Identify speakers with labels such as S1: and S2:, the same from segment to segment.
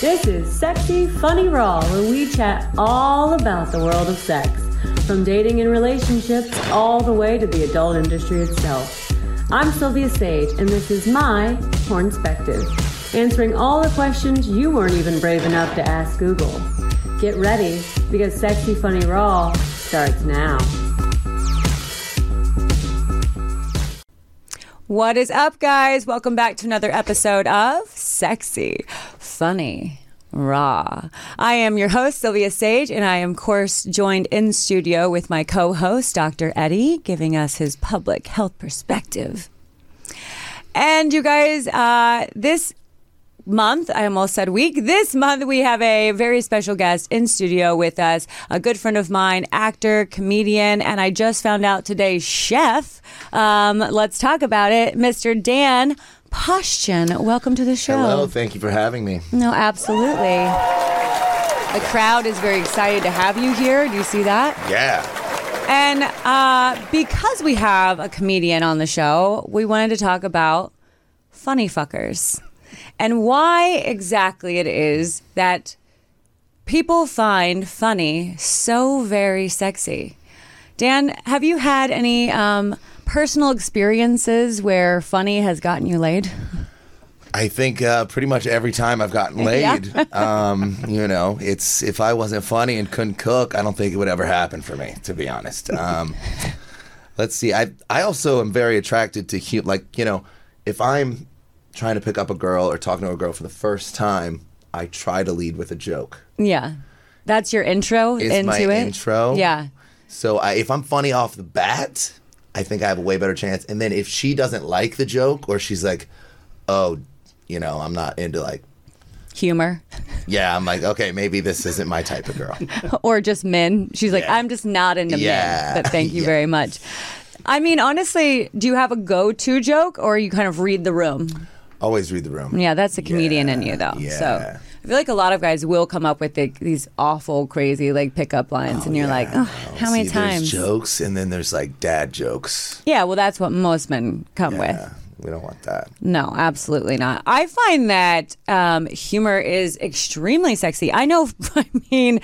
S1: This is Sexy Funny Raw, where we chat all about the world of sex, from dating and relationships all the way to the adult industry itself. I'm Sylvia Sage, and this is my Perspective, answering all the questions you weren't even brave enough to ask Google. Get ready, because Sexy Funny Raw starts now.
S2: What is up, guys? Welcome back to another episode of Sexy, Funny, Raw. I am your host, Sylvia Sage, and I am, of course, joined in studio with my co host, Dr. Eddie, giving us his public health perspective. And you guys, uh, this month, I almost said week, this month we have a very special guest in studio with us, a good friend of mine, actor, comedian, and I just found out today, chef. Um, let's talk about it, Mr. Dan Poshchin. Welcome to the show.
S3: Hello, thank you for having me.
S2: No, absolutely. The crowd is very excited to have you here. Do you see that?
S3: Yeah.
S2: And uh, because we have a comedian on the show, we wanted to talk about funny fuckers and why exactly it is that people find funny so very sexy. Dan, have you had any um, personal experiences where funny has gotten you laid?
S3: I think uh, pretty much every time I've gotten laid, um, you know, it's if I wasn't funny and couldn't cook, I don't think it would ever happen for me, to be honest. Um, let's see. I I also am very attracted to hu- like you know, if I'm trying to pick up a girl or talking to a girl for the first time, I try to lead with a joke.
S2: Yeah. That's your intro
S3: Is
S2: into
S3: my
S2: it?
S3: intro?
S2: Yeah.
S3: So I, if I'm funny off the bat, I think I have a way better chance. And then if she doesn't like the joke or she's like, oh, you know, I'm not into like
S2: Humor.
S3: Yeah, I'm like, okay, maybe this isn't my type of girl.
S2: or just men. She's like,
S3: Yeah.
S2: I'm just not into
S3: Yeah.
S2: men, but thank you
S3: Yeah.
S2: very much. I mean, honestly, do you have a go to joke or you kind of read the room?
S3: Always read the room.
S2: Yeah, that's the comedian in
S3: Yeah,
S2: you, though.
S3: yeah.
S2: So I feel like a lot of guys will come up with the, these awful, crazy, like pickup lines, and you're
S3: Yeah.
S2: like, oh, how many
S3: See,
S2: times?
S3: There's jokes, and then there's like dad jokes.
S2: Yeah, well, that's what most men come with.
S3: Yeah, we don't want that.
S2: No, absolutely not. I find that um, humor is extremely sexy. I know. I mean,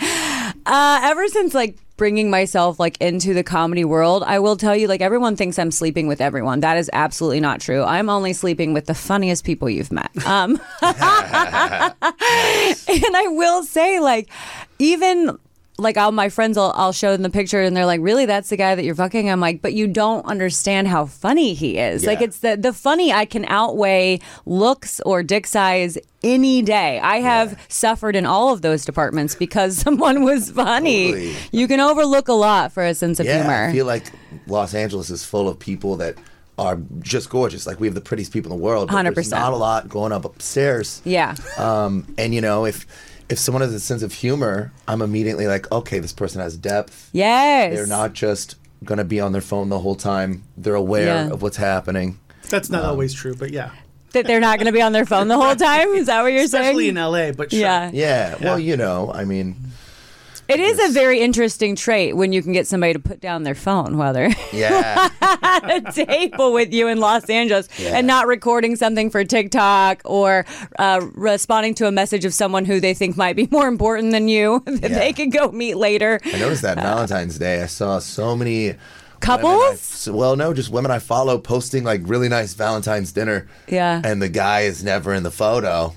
S2: uh, ever since like bringing myself like into the comedy world, I will tell you like everyone thinks I'm sleeping with everyone. That is absolutely not true. I'm only sleeping with the funniest people you've met. Um, and I will say, like, even like all my friends, I'll, I'll show them the picture, and they're like, "Really, that's the guy that you're fucking?" I'm like, "But you don't understand how funny he is. Like,
S3: Yeah.
S2: it's the the funny I can outweigh looks or dick size any day. I have suffered in all of those departments because someone was funny.
S3: Totally.
S2: You can overlook a lot for a sense of
S3: Yeah,
S2: humor.
S3: I feel like Los Angeles is full of people that are just gorgeous. Like we have the prettiest people in the world. but there's
S2: 100%.
S3: Not a lot going up upstairs.
S2: yeah,
S3: Um, and you know if. If someone has a sense of humor, I'm immediately like, okay, this person has depth.
S2: yes,
S3: They're not just gonna be on their phone the whole time. They're aware
S2: Yeah.
S3: of what's happening.
S4: That's
S2: Um,
S4: not always true, but yeah.
S2: that they're not going to be on their phone the whole time. Is that what you're
S4: Especially
S2: saying?
S4: in LA, but sure.
S2: yeah.
S3: Yeah. Well, you know, I mean,
S2: It is a very interesting trait when you can get somebody to put down their phone while they're
S3: yeah.
S2: at a table with you in Los Angeles and not recording something for TikTok or uh, responding to a message of someone who they think might be more important than you that
S3: Yeah.
S2: they could go meet later.
S3: I noticed that Valentine's Day. I saw so many women I-
S2: Couples?
S3: well, no, just women I follow posting like really nice Valentine's dinner.
S2: Yeah.
S3: And the guy is never in the photo.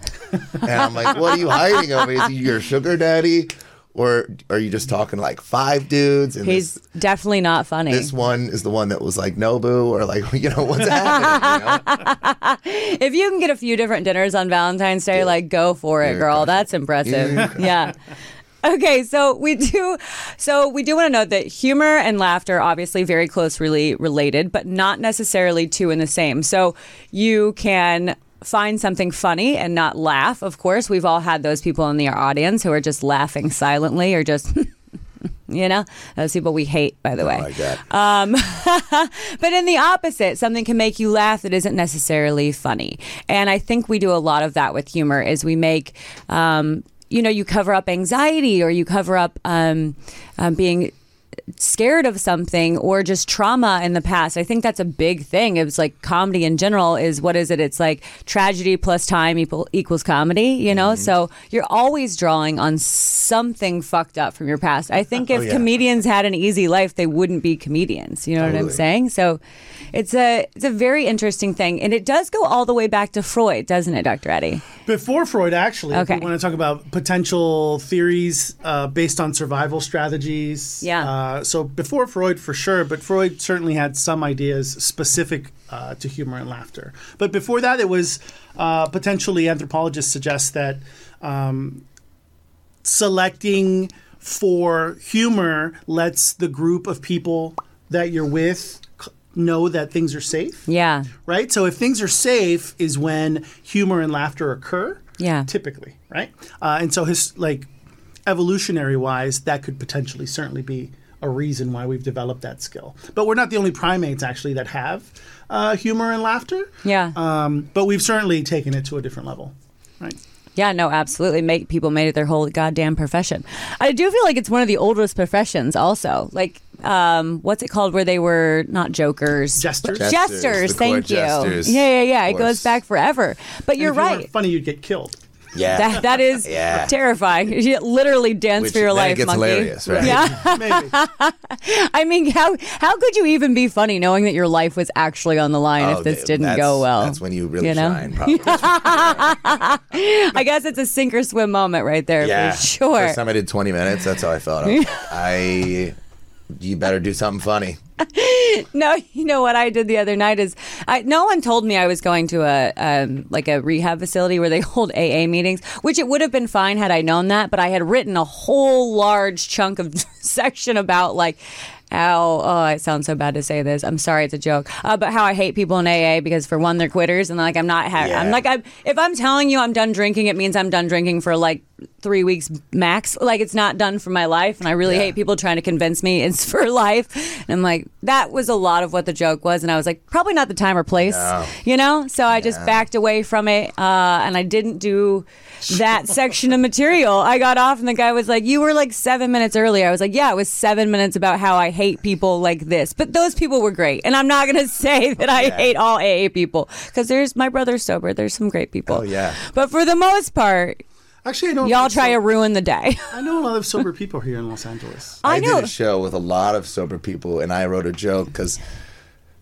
S3: and I'm like, what are you hiding over? Is he your sugar daddy? Or are you just talking like five dudes? And
S2: He's
S3: this,
S2: definitely not funny.
S3: this one is the one that was like Nobu or like, you know, what's happening? you know?
S2: if you can get a few different dinners on Valentine's Day, like go for it,
S3: Yeah,
S2: girl.
S3: go.
S2: That's impressive.
S3: Yeah.
S2: Yeah. Okay, so we do, so we do want to note that humor and laughter obviously very closely related, but not necessarily two and the same. So you can find something funny and not laugh. Of course, we've all had those people in the audience who are just laughing silently or just, you know, those people we hate. By the way,
S3: Oh my God.
S2: uh, but in the opposite, something can make you laugh that isn't necessarily funny. And I think we do a lot of that with humor is we make um, you know, you cover up anxiety or you cover up um, um, being scared of something or just trauma in the past. I think that's a big thing. It was like comedy in general is what is it? It's like tragedy plus time equal, equals comedy, you know? So you're always drawing on something fucked up from your past. I think if
S3: yeah.
S2: comedians had an easy life, they wouldn't be comedians. You know what I'm
S3: Totally.
S2: saying? So it's a it's a very interesting thing. And it does go all the way back to Freud, doesn't it, Dr. Eddie?
S4: Before Freud, actually,
S2: Okay.
S4: if we want to talk about potential theories uh, based on survival strategies.
S2: Yeah.
S4: Uh, so before Freud, for sure, but Freud certainly had some ideas specific uh, to humor and laughter. But before that, it was uh, potentially anthropologists suggest that um, selecting for humor lets the group of people that you're with c- know that things are safe
S2: Yeah.
S4: right? So if things are safe, is when humor and laughter occur.
S2: Yeah.
S4: Typically, right? Uh, and so his like evolutionary wise, that could potentially certainly be a reason why we've developed that skill. But we're not the only primates actually that have uh, humor and laughter.
S2: Yeah.
S4: Um, but we've certainly taken it to a different level, right?
S2: Yeah, no, absolutely. Make people made it their whole goddamn profession. I do feel like it's one of the oldest professions. Also, like, um, what's it called? Where they were not jokers,
S4: Jesters.
S2: But-
S3: Jesters,
S2: jesters.
S3: the court
S2: thank you.
S3: jesters,
S2: yeah, yeah, yeah. It
S3: of
S2: goes
S3: course.
S2: back forever. But you're
S4: If you weren't
S2: right.
S4: Funny, you'd get killed.
S3: Yeah.
S2: That, that is
S3: Yeah.
S2: terrifying. You literally dance
S3: Which
S2: for your
S3: then
S2: life,
S3: it gets
S2: monkey.
S3: hilarious, right?
S2: Yeah.
S4: Maybe.
S2: I mean, how how could you even be funny knowing that your life was actually on the line
S3: Oh,
S2: if this
S3: th-
S2: didn't
S3: that's-
S2: go well?
S3: That's when you really
S2: you know?
S3: shine, probably.
S2: I guess it's a sink or swim moment right there for sure.
S3: First time I did 20 minutes, that's how I felt. I, I- you better do something funny.
S2: No, you know what I did the other night is I no one told me I was going to a um, like a rehab facility where they hold AA meetings, which it would have been fine had I known that, but I had written a whole large chunk of section about like how oh it sounds so bad to say this i'm sorry it's a joke uh, but how i hate people in aa because for one they're quitters and like i'm not ha- i'm
S3: Yeah.
S2: like i'm if i'm telling you i'm done drinking it means i'm done drinking for like three weeks max like it's not done for my life and i really
S3: Yeah.
S2: hate people people trying to convince me it's for life. And I'm like, that was a lot of what the joke was. And I was like, probably not the time or place, you know? So I just backed away from it. Uh, and I didn't do that section of material. I got off and the guy was like, you were like seven minutes early. I was like, yeah, it was seven minutes about how I hate people like this. But those people were great. And I'm not going to say that I hate all AA people because there's my brother's sober. There's some great people.
S3: Oh, yeah.
S2: But for the most part,
S4: Actually, I know.
S2: y'all try to ruin the day.
S4: I know a lot of sober people here in Los Angeles.
S2: I,
S3: I,
S2: know.
S3: did a show with a lot of sober people, and I wrote a joke because,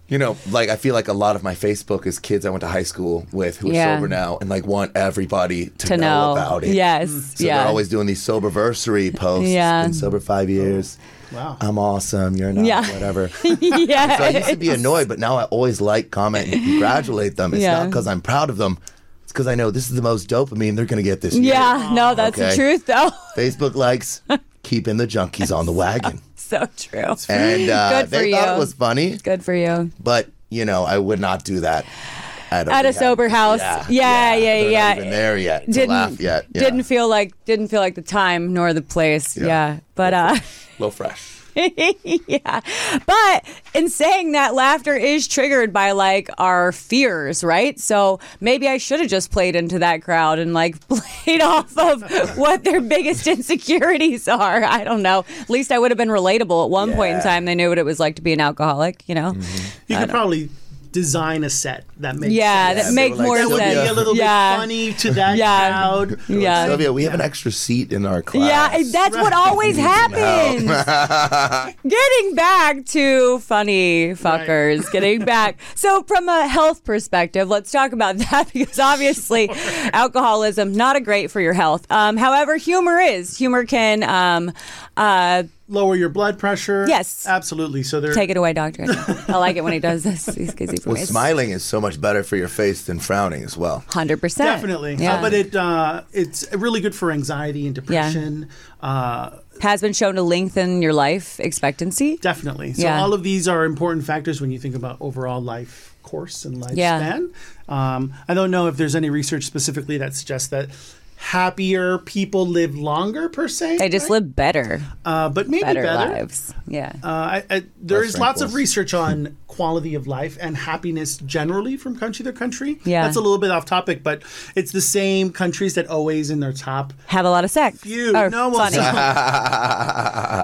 S3: you know, like I feel like a lot of my Facebook is kids I went to high school with who are
S2: Yeah.
S3: sober now and like want everybody to,
S2: to know
S3: about it. Mm.
S2: Yes.
S3: So
S2: yeah.
S3: they're always doing these soberversary posts.
S2: Yeah.
S3: Been sober five years.
S4: Wow.
S3: I'm awesome. You're not.
S2: Yeah.
S3: Whatever.
S2: yeah.
S3: So I used to be annoyed, but now I always like, comment, and congratulate them. It's
S2: Yeah.
S3: not because I'm proud of them. It's because I know this is the most dopamine they're going to get this year.
S2: yeah. No, that's the
S3: Okay.
S2: truth though.
S3: Facebook likes keeping the junkies on the wagon.
S2: so true.
S3: And uh,
S2: Good for
S3: they thought
S2: you.
S3: it was funny,
S2: Good for you.
S3: but, you know, I would not do that at a,
S2: At a
S3: rehab.
S2: sober house. Yeah, yeah,
S3: They're
S2: yeah.
S3: Not even there yet. To
S2: Didn't
S3: laugh yet. Yeah.
S2: Didn't feel like didn't feel like the time nor the place. Yeah.
S3: Yeah.
S2: But uh
S3: Low fresh.
S2: yeah. But in saying that, laughter is triggered by like our fears, right? So maybe I should have just played into that crowd and like played off of what their biggest insecurities are. I don't know. At least I would have been relatable at one point in
S3: Yeah.
S2: time. They knew what it was like to be an alcoholic, you know?
S4: You could probably design a set that makes
S2: Yeah,
S4: sense.
S2: that makes
S3: they were
S2: more
S3: like,
S4: that
S2: sense.
S4: would be a little
S2: yeah.
S4: bit funny to that
S2: Yeah.
S4: crowd.
S2: Yeah.
S3: Sylvia, we have an extra seat in our class.
S2: Uh, Yeah, and that's what always happens. getting back to funny fuckers, getting back. So, from a health perspective, let's talk about that because obviously, alcoholism not a great for your health. Um, however, humor is. Humor can. Um, uh,
S4: Lower your blood pressure.
S2: Yes.
S4: Absolutely. So there
S2: take it away, doctor. I like it when he does this. He's crazy for
S3: Well, smiling is so much better for your face than frowning as well.
S2: Hundred percent.
S4: definitely.
S2: Yeah.
S4: Uh, but it uh, it's really good for anxiety and depression. Uh,
S2: has been shown to lengthen your life expectancy.
S4: definitely. So
S2: Yeah.
S4: all of these are important factors when you think about overall life course and lifespan.
S2: Yeah.
S4: Um, I don't know if there's any research specifically that suggests that happier people live longer per se.
S2: They just
S4: right?
S2: live better,
S4: uh, but maybe
S2: better,
S4: better.
S2: lives. Yeah.
S4: Uh, I, I, there
S3: Less
S4: is lots of
S3: wrinkles.
S4: research on quality of life and happiness generally from country to country.
S2: Yeah.
S4: That's a little bit off topic, but it's the same countries that always in their top
S2: Have a lot of sex.
S4: few.
S2: Or
S4: no, well,
S2: funny.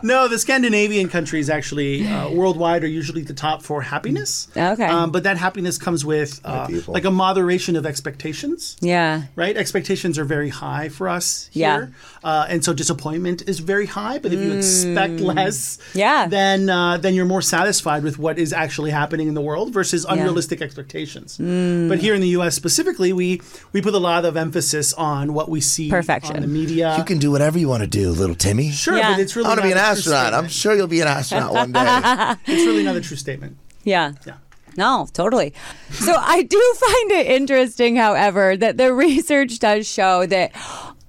S4: no, the Scandinavian countries actually uh, worldwide are usually the top for happiness.
S2: Okay.
S4: Um, but that happiness comes with uh,
S3: people.
S4: like a moderation of expectations.
S2: yeah.
S4: Right, expectations are very high for us
S2: Yeah.
S4: here, uh, and so disappointment is very high. But if you expect less,
S2: Mm. Yeah.
S4: then uh, then you're more satisfied with what is actually happening in the world versus unrealistic expectations.
S2: Mm.
S4: But here in the U.S. specifically, we we put a lot of emphasis on what we see
S2: Perfection.
S4: on the media.
S3: You can do whatever you want to do, little Timmy.
S4: sure,
S2: Yeah.
S4: but it's
S3: I
S4: really
S3: want to be an
S4: not a true
S3: astronaut. I'm
S4: statement.
S3: sure you'll be an astronaut one day.
S4: It's really not a true statement.
S2: Yeah.
S4: Yeah.
S2: No, totally. So I do find it interesting, however, that the research does show that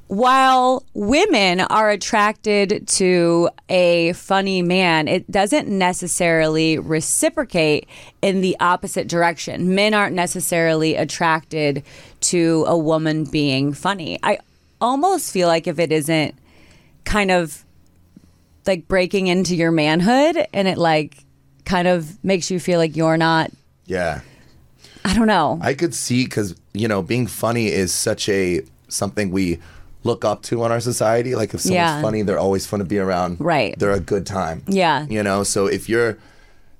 S2: while women are attracted to a funny man, it doesn't necessarily reciprocate in the opposite direction. Men aren't necessarily attracted to a woman being funny. I almost feel like if it isn't kind of like breaking into your manhood and it like kind of makes you feel like you're not
S3: yeah.
S2: I don't know.
S3: I could see because you know being funny is such a something we look up to in our society. Like if someone's
S2: Yeah.
S3: funny, they're always fun to be around.
S2: Right.
S3: They're a good time.
S2: Yeah.
S3: You know, so if you're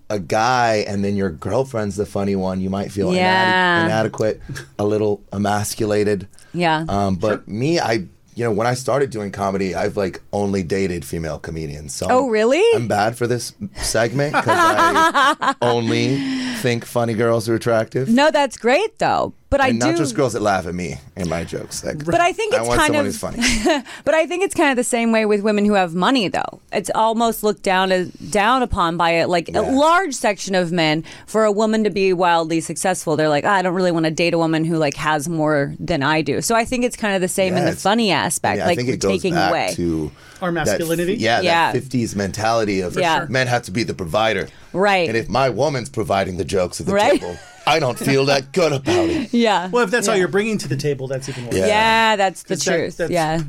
S3: a guy and then your girlfriend's the funny one, you might feel inade-
S2: Yeah.
S3: inadequate, a little emasculated.
S2: yeah.
S3: Um, but me, I you know when I started doing comedy, I've like only dated female comedians. So
S2: Oh, really?
S3: I'm bad for this segment because I only think funny girls are attractive
S2: no, that's great though. But I
S3: and not
S2: do
S3: just girls that laugh at me and my jokes. Like,
S2: But I think
S3: I
S2: it's
S3: want
S2: kind of-
S3: someone who's funny.
S2: But I think it's kind of the same way with women who have money though. It's almost looked down as, down upon by a, like a
S3: Yeah.
S2: large section of men for a woman to be wildly successful. They're like, "Ah, I don't really want to date a woman who like has more than I do. So I think it's kind of the same in the
S3: Yes.
S2: funny aspect
S3: Yeah,
S2: like
S3: I think
S2: we're
S3: it goes
S2: taking
S3: back
S2: away.
S3: to
S4: Our
S3: that f-
S4: masculinity?
S3: yeah,
S2: Yeah.
S3: that fifties mentality of
S2: Yeah.
S3: men have to be the provider,
S2: Right.
S3: And if my woman's providing the jokes at the
S2: Right.
S3: table, I don't feel that good about it.
S2: yeah.
S4: Well, if that's all you're bringing to the table, that's even worse.
S3: Yeah.
S2: yeah, that's the
S4: Is that-
S2: truth.
S4: that's-
S2: yeah.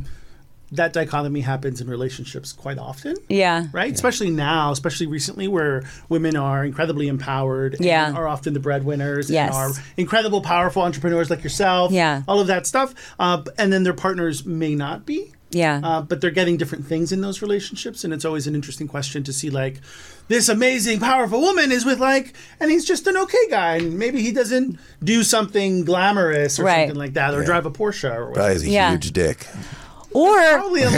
S4: That dichotomy happens in relationships quite often.
S2: Yeah.
S4: Right, especially now, especially recently, where women are incredibly empowered, and
S2: Yeah.
S4: are often the breadwinners,
S2: Yes.
S4: and are incredible, powerful entrepreneurs like yourself,
S2: Yeah.
S4: all of that stuff. Uh, and then their partners may not be,
S2: Yeah.
S4: uh, but they're getting different things in those relationships, and it's always an interesting question to see like this amazing, powerful woman is with like, and he's just an okay guy, and maybe he doesn't do something glamorous or
S2: Right.
S4: something like that, or drive a Porsche or whatever.
S3: a
S2: Yeah. huge
S3: huge dick.
S2: Or
S4: Probably unlikely.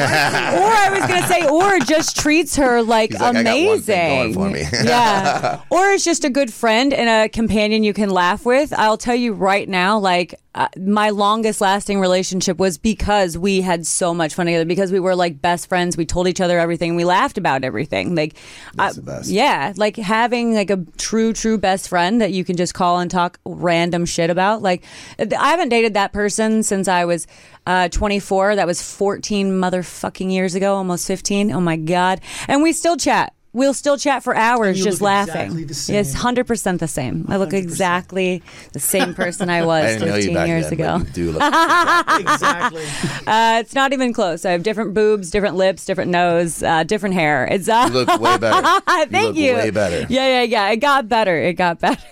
S2: or I was gonna say, or just treats her like
S3: He's like, I got one
S2: amazing.
S3: thing going for me.
S2: yeah. Or is just a good friend and a companion you can laugh with. I'll tell you right now, like uh, my longest lasting relationship was because we had so much fun together because we were like best friends. We told each other everything. We laughed about everything. Like,
S3: That's
S2: I-
S3: the best.
S2: yeah, like having like a true, true best friend that you can just call and talk random shit about. Like, I haven't dated that person since I was uh, 24. That was 14 motherfucking years ago, almost 15. Oh my god! And we still chat. We'll still chat for hours,
S4: You
S2: just
S4: look
S2: laughing.
S4: exactly the same.
S2: It's hundred percent the same. I look exactly the same person I was
S3: I didn't know you
S2: 15
S3: back
S2: years
S3: then,
S2: ago.
S3: But you do look
S4: exactly.
S2: Uh, it's not even close. I have different boobs, different lips, different nose, uh, different hair. It's uh,
S3: you look way better.
S2: Thank
S3: you.
S2: you.
S3: Look way better.
S2: Yeah, yeah, yeah. It got better. It got better.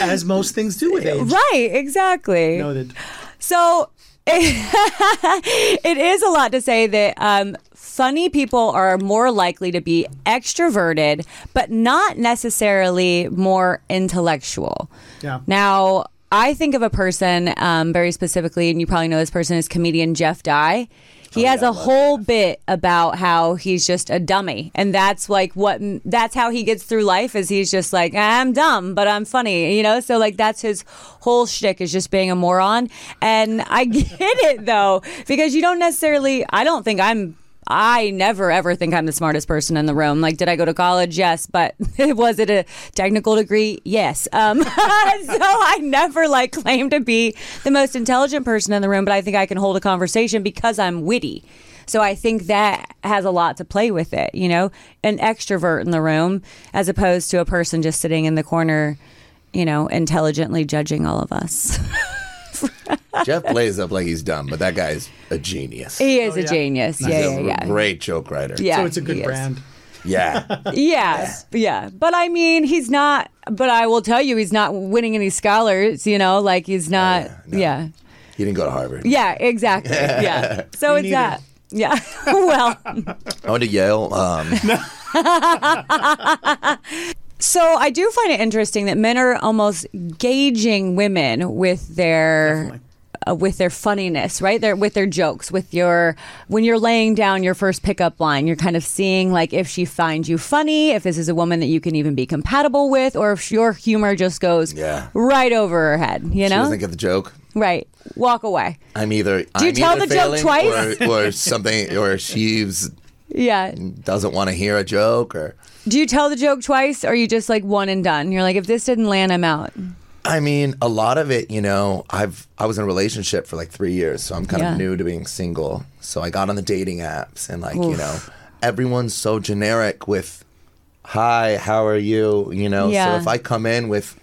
S4: As most things do with age.
S2: right, exactly.
S4: Noted.
S2: So it is a lot to say that um, funny people are more likely to be extroverted, but not necessarily more intellectual.
S4: Yeah.
S2: Now, I think of a person um, very specifically, and you probably know this person is comedian Jeff Dye. He has
S3: yeah, I
S2: a
S3: love
S2: whole bit about how he's just a dummy, and that's like what that's how he gets through life is he's just like I'm dumb, but I'm funny, you know. So like that's his whole shtick is just being a moron, and I get it though because you don't necessarily. I don't think I'm. I never ever think I'm the smartest person in the room. Like, did I go to college? Yes, but was it a technical degree? Yes. Um, so I never like claim to be the most intelligent person in the room, but I think I can hold a conversation because I'm witty. So I think that has a lot to play with it, you know, an extrovert in the room as opposed to a person just sitting in the corner, you know, intelligently judging all of us.
S3: Jeff plays up like he's dumb, but that guy's a genius.
S2: He is
S4: Oh,
S2: a
S4: yeah.
S2: genius.
S3: He's
S2: Yeah,
S3: a
S2: yeah, yeah.
S3: great joke writer.
S2: Yeah,
S4: So it's a good
S2: he is.
S4: brand.
S3: Yeah.
S2: Yes, yeah. But I mean, he's not. But I will tell you, he's not winning any scholars. You know, like he's not.
S3: yeah,
S2: yeah,
S3: no.
S2: yeah,
S3: he didn't go to Harvard.
S2: exactly. Yeah. So it's
S4: neither.
S2: that. Yeah. well.
S3: I went to Yale. Um,
S2: So I do find it interesting that men are almost gauging women with their uh, with their funniness, right? Their with their jokes, with your when you're laying down your first pickup line, you're kind of seeing like if she finds you funny, if this is a woman that you can even be compatible with, or if your humor just goes
S3: Yeah.
S2: right over her head, you
S3: She
S2: know?
S3: doesn't get the joke.
S2: right. Walk away.
S3: I'm either. Do
S2: you
S3: I'm
S2: tell
S3: either
S2: the joke
S3: failing
S2: twice?
S3: Or, or something, or she's
S2: Yeah.
S3: doesn't want to hear a joke, or
S2: Do you tell the joke twice or you just like one and done? You're like if this didn't land, I'm out.
S3: I mean, a lot of it, you know, I've I was in a relationship for like three years, so I'm kind
S2: Yeah.
S3: of new to being single. So I got on the dating apps, and like you know, everyone's so generic with "Hi, how are you?" You know,
S2: Yeah.
S3: so if I come in with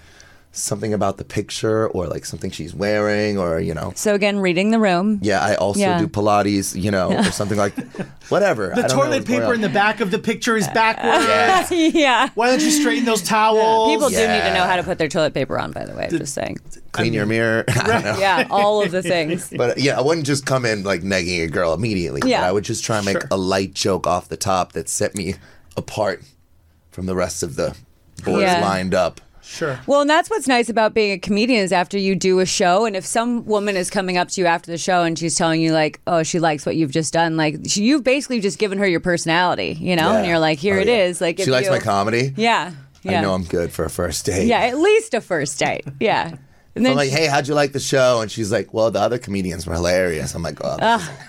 S3: something about the picture or like something she's wearing, or you know,
S2: So again, reading the room.
S3: yeah, I also
S2: Yeah.
S3: do Pilates, you know, or something like whatever.
S4: The toilet paper in the back of the picture is backwards.
S3: Yeah.
S2: yeah.
S4: Why don't you straighten those towels?
S2: People do need to
S3: Yeah.
S2: know how to put their toilet paper on, by the way. I'm just saying.
S3: Clean your mirror. I don't know.
S2: Yeah, all of the things.
S3: But yeah, I wouldn't just come in like negging a girl immediately. but
S2: Yeah.
S3: I would just try and make
S4: Sure.
S3: a light joke off the top that set me apart from the rest of the boys
S2: Yeah.
S3: lined up.
S4: Sure.
S2: Well, and that's what's nice about being a comedian is after you do a show, and if some woman is coming up to you after the show and she's telling you like, "Oh, she likes what you've just done," like she, you've basically just given her your personality, you know, and
S3: Yeah.
S2: you're like, "Here
S3: Oh,
S2: it is."
S3: yeah.
S2: Like, if
S3: she likes
S2: you-
S3: my comedy.
S2: Yeah, yeah,
S3: I know I'm good for a first date.
S2: yeah, at least a first date. Yeah, and then
S3: I'm like,
S2: she-
S3: hey, how'd you like the show? And she's like, well, the other comedians were hilarious. I'm like, oh,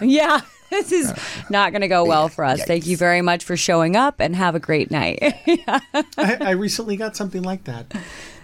S2: yeah. This is not going to go well for us. Thank you
S3: uh, Yikes.
S2: very much for showing up and have a great night.
S4: I, I recently got something like that.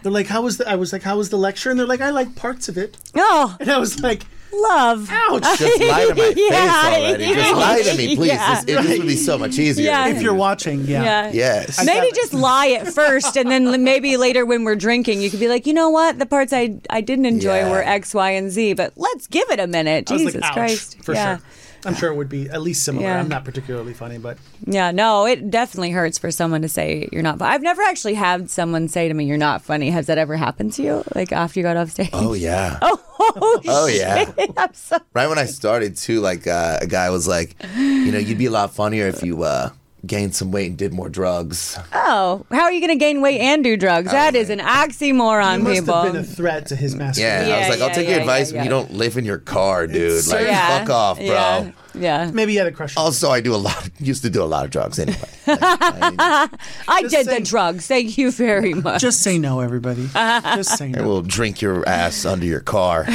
S4: They're like, "How was the?" I was like, "How was the lecture?" And they're like, "I like parts of it."
S2: oh,
S4: And I was like,
S2: love.
S4: "Ouch!"
S3: just lie to my
S2: Yeah,
S3: face already. Just lie to me, please.
S2: yeah.
S3: This, it, this would be so much easier.
S2: Yeah.
S4: if you're watching, yeah.
S2: Yeah.
S3: Yes.
S2: Maybe just lie at first, and then l- maybe later when we're drinking, you could be like, you know what, the parts I I didn't enjoy
S3: Yeah.
S2: were X, Y, and Z, but let's give it a minute.
S4: I was
S2: Jesus
S4: like, "Ouch!"
S2: Christ,
S4: For
S2: yeah,
S4: sure. I'm sure it would be at least similar.
S2: Yeah.
S4: I'm not particularly funny, but
S2: yeah, no, it definitely hurts for someone to say you're not. fu- I've never actually had someone say to me, "You're not funny." Has that ever happened to you? Like after you got off stage?
S3: Oh yeah. Oh, yeah.
S2: I'm so-
S3: Right when I started too, like uh, a guy was like, you know, you'd be a lot funnier if you uh, gained some weight and did more drugs.
S2: oh, how are you going to gain weight and do drugs? That is an
S4: it
S2: oxymoron,
S4: must
S2: people.
S4: have been a threat to his master.
S3: Yeah,
S2: Yeah,
S3: I was like,
S2: yeah,
S3: I'll take
S2: yeah,
S3: your advice,
S2: yeah,
S3: but
S2: yeah.
S3: you don't live in your car, dude. Like,
S2: yeah.
S3: fuck off, bro.
S2: Yeah. yeah.
S4: Maybe he had a crush. on
S3: Also, I do a lot. Used to do a lot of drugs anyway. Like, I
S2: I did the
S4: saying-
S2: drugs. Thank you very much.
S4: Just say no, everybody. Just say no.
S3: will drink your ass under your car.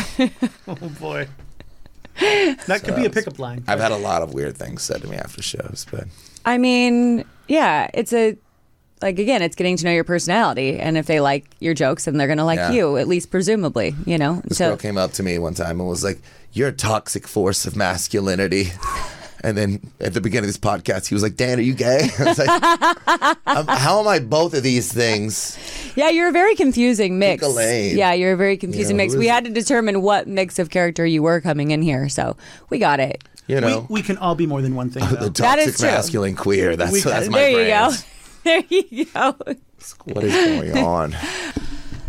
S4: Oh boy, that could be a pickup line.
S3: I've had a lot of weird things said to me after shows, but
S2: I mean, yeah, it's a like again, it's getting to know your personality, and if they like your jokes, then they're gonna like
S3: Yeah.
S2: you, at least presumably, you know.
S3: this girl came up to me one time and was like, "You're a toxic force of masculinity." And then at the beginning of this podcast, he was like, "Dan, are you gay?" I was like, "Um, "How am I both of these things?"
S2: yeah, you're a very confusing mix.
S3: Pick a lane.
S2: Yeah, you're a very confusing
S3: know,
S2: mix.
S3: who
S2: We
S3: is-
S2: had to determine what mix of character you were coming in here, so we got it.
S3: You know,
S4: We can all be more than one thing.
S3: the
S4: Though.
S2: That is
S3: toxic
S2: true.
S3: masculine queer. That's that's my
S2: there you
S3: brand.
S2: go. There you go.
S3: What is going on?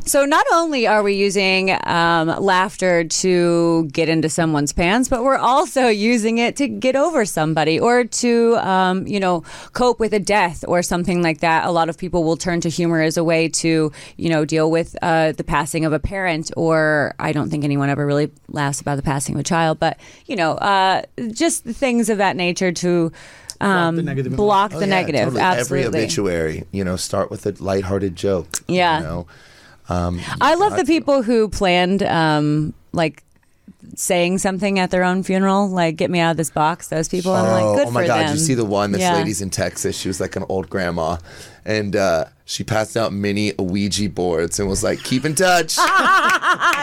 S2: So not only are we using um, laughter to get into someone's pants, but we're also using it to get over somebody or to, um, you know, cope with a death or something like that. A lot of people will turn to humor as a way to, you know, deal with uh, the passing of a parent. Or I don't think anyone ever really laughs about the passing of a child, but you know, uh, just things of that nature to um,
S4: the negative emotion.
S2: block
S3: Oh,
S2: the
S3: yeah,
S2: negative.
S3: totally. Every
S2: Absolutely.
S3: obituary, you know, start with a lighthearted joke.
S2: Yeah.
S3: You know?
S2: I love the people who planned um, like saying something at their own funeral, like "Get me out of this box." Those people, I'm like, good
S3: oh my
S2: for
S3: God!
S2: them.
S3: Did you see the one? This
S2: Yeah.
S3: lady's in Texas. She was like an old grandma, and uh, she passed out mini Ouija boards and was like, "Keep in touch."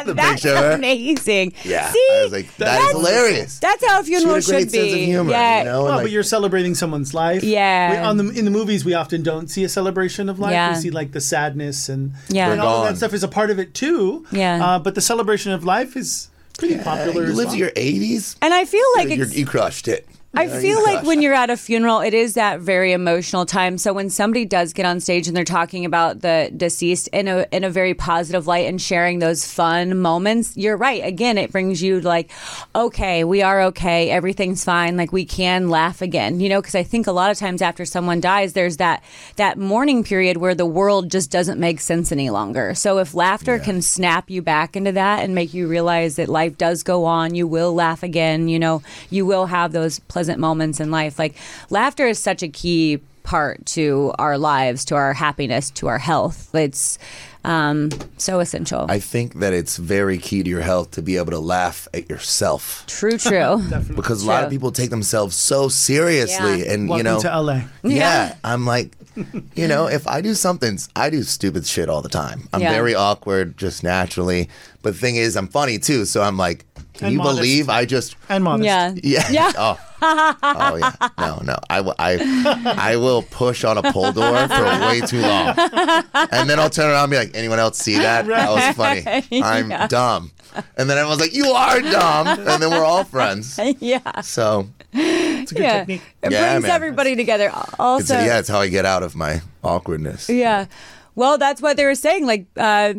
S3: the
S2: That's
S3: picture of her.
S2: amazing.
S3: Yeah,
S2: See,
S3: I was like, "That is hilarious."
S2: that's how a
S3: she
S2: funeral
S3: had a great
S2: should be.
S3: sense of humor.
S2: yeah,
S3: you know? and
S4: Well,
S3: like,
S4: Oh, but you're celebrating someone's life.
S2: Yeah.
S4: We, on the, in the movies, we often don't see a celebration of life.
S2: Yeah.
S4: We see like the sadness and
S2: Yeah.
S4: and all of
S3: Gone.
S4: that stuff is a part of it too.
S2: Yeah.
S4: Uh, but the celebration of life is pretty popular.
S3: you
S4: as
S3: lived
S4: well.
S3: to your 80s.
S2: and I feel like
S3: You're-
S2: it's,
S3: you crushed it.
S2: I feel like when you're at a funeral, it is that very emotional time. So when somebody does get on stage and they're talking about the deceased in a in a very positive light and sharing those fun moments, you're right. Again, it brings you like, okay, we are okay, everything's fine. Like we can laugh again, you know. Because I think a lot of times after someone dies, there's that that mourning period where the world just doesn't make sense any longer. So if laughter can snap you back into that and make you realize that life does go on, you will laugh again. You know, you will have those pleasant moments in life. Like laughter is such a key part to our lives, to our happiness, to our health. It's um, so essential.
S3: I think that it's very key to your health to be able to laugh at yourself
S2: true, true.
S3: because a lot of
S2: True.
S3: people take themselves so seriously,
S2: Yeah.
S3: and
S4: Welcome
S3: you know,
S4: to LA.
S3: Yeah.
S2: Yeah.
S3: I'm like, you know, if I do something, I do stupid shit all the time. I'm
S2: Yeah.
S3: very awkward just naturally. But the thing is, I'm funny too. So I'm like, can
S4: And
S3: you
S4: modest.
S3: believe I just.
S4: And modest.
S2: yeah.
S3: Yeah. Oh. oh, yeah. No, no. I, will- I, I will push on a pull door for way too long. And then I'll turn around and be like, anyone else see that? That was funny. I'm dumb. And then everyone's like, you are dumb. And then we're all friends.
S2: Yeah.
S3: So,
S2: yeah.
S4: technique.
S2: It
S3: Yeah,
S2: brings
S3: man.
S2: everybody together.
S3: it's,
S2: Also,
S3: yeah, it's how I get out of my awkwardness.
S2: Yeah. Well, that's what they were saying. Like uh,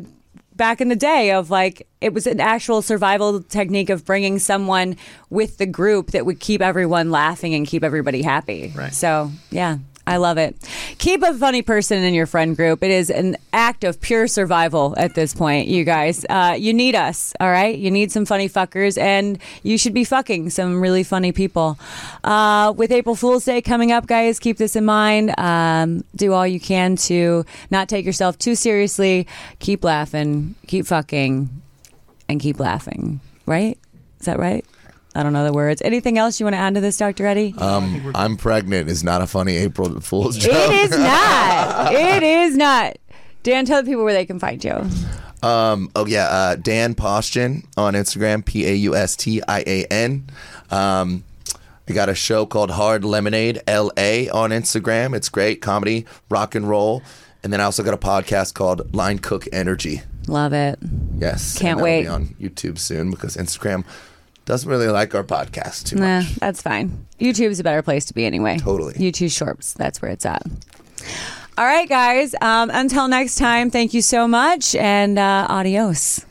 S2: back in the day, of like it was an actual survival technique of bringing someone with the group that would keep everyone laughing and keep everybody happy.
S4: Right.
S2: So yeah. I love it. Keep a funny person in your friend group. It is an act of pure survival at this point, you guys. Uh, you need us, all right? You need some funny fuckers, and you should be fucking some really funny people. Uh, with April Fool's Day coming up, guys, keep this in mind. Um, do all you can to not take yourself too seriously. Keep laughing, keep fucking, and keep laughing, right? Is that right? I don't know the words. Anything else you want to add to this, Dr. Eddie?
S3: Um, I'm pregnant is not a funny April Fool's joke.
S2: It is not. It is not. Dan, tell the people where they can find you.
S3: Um, oh yeah, uh, Dan Postin on Instagram, P A U S T I A N. Um, I got a show called Hard Lemonade LA on Instagram. It's great comedy, rock and roll, and then I also got a podcast called Line Cook Energy.
S2: Love it.
S3: Yes,
S2: Can't
S3: and that'll
S2: wait.
S3: Be on YouTube soon because Instagram doesn't really like our podcast too
S2: Nah,
S3: much.
S2: that's fine. YouTube's a better place to be anyway.
S3: Totally.
S2: YouTube Shorts, that's where it's at. All right, guys. Um, until next time, thank you so much and uh, adios.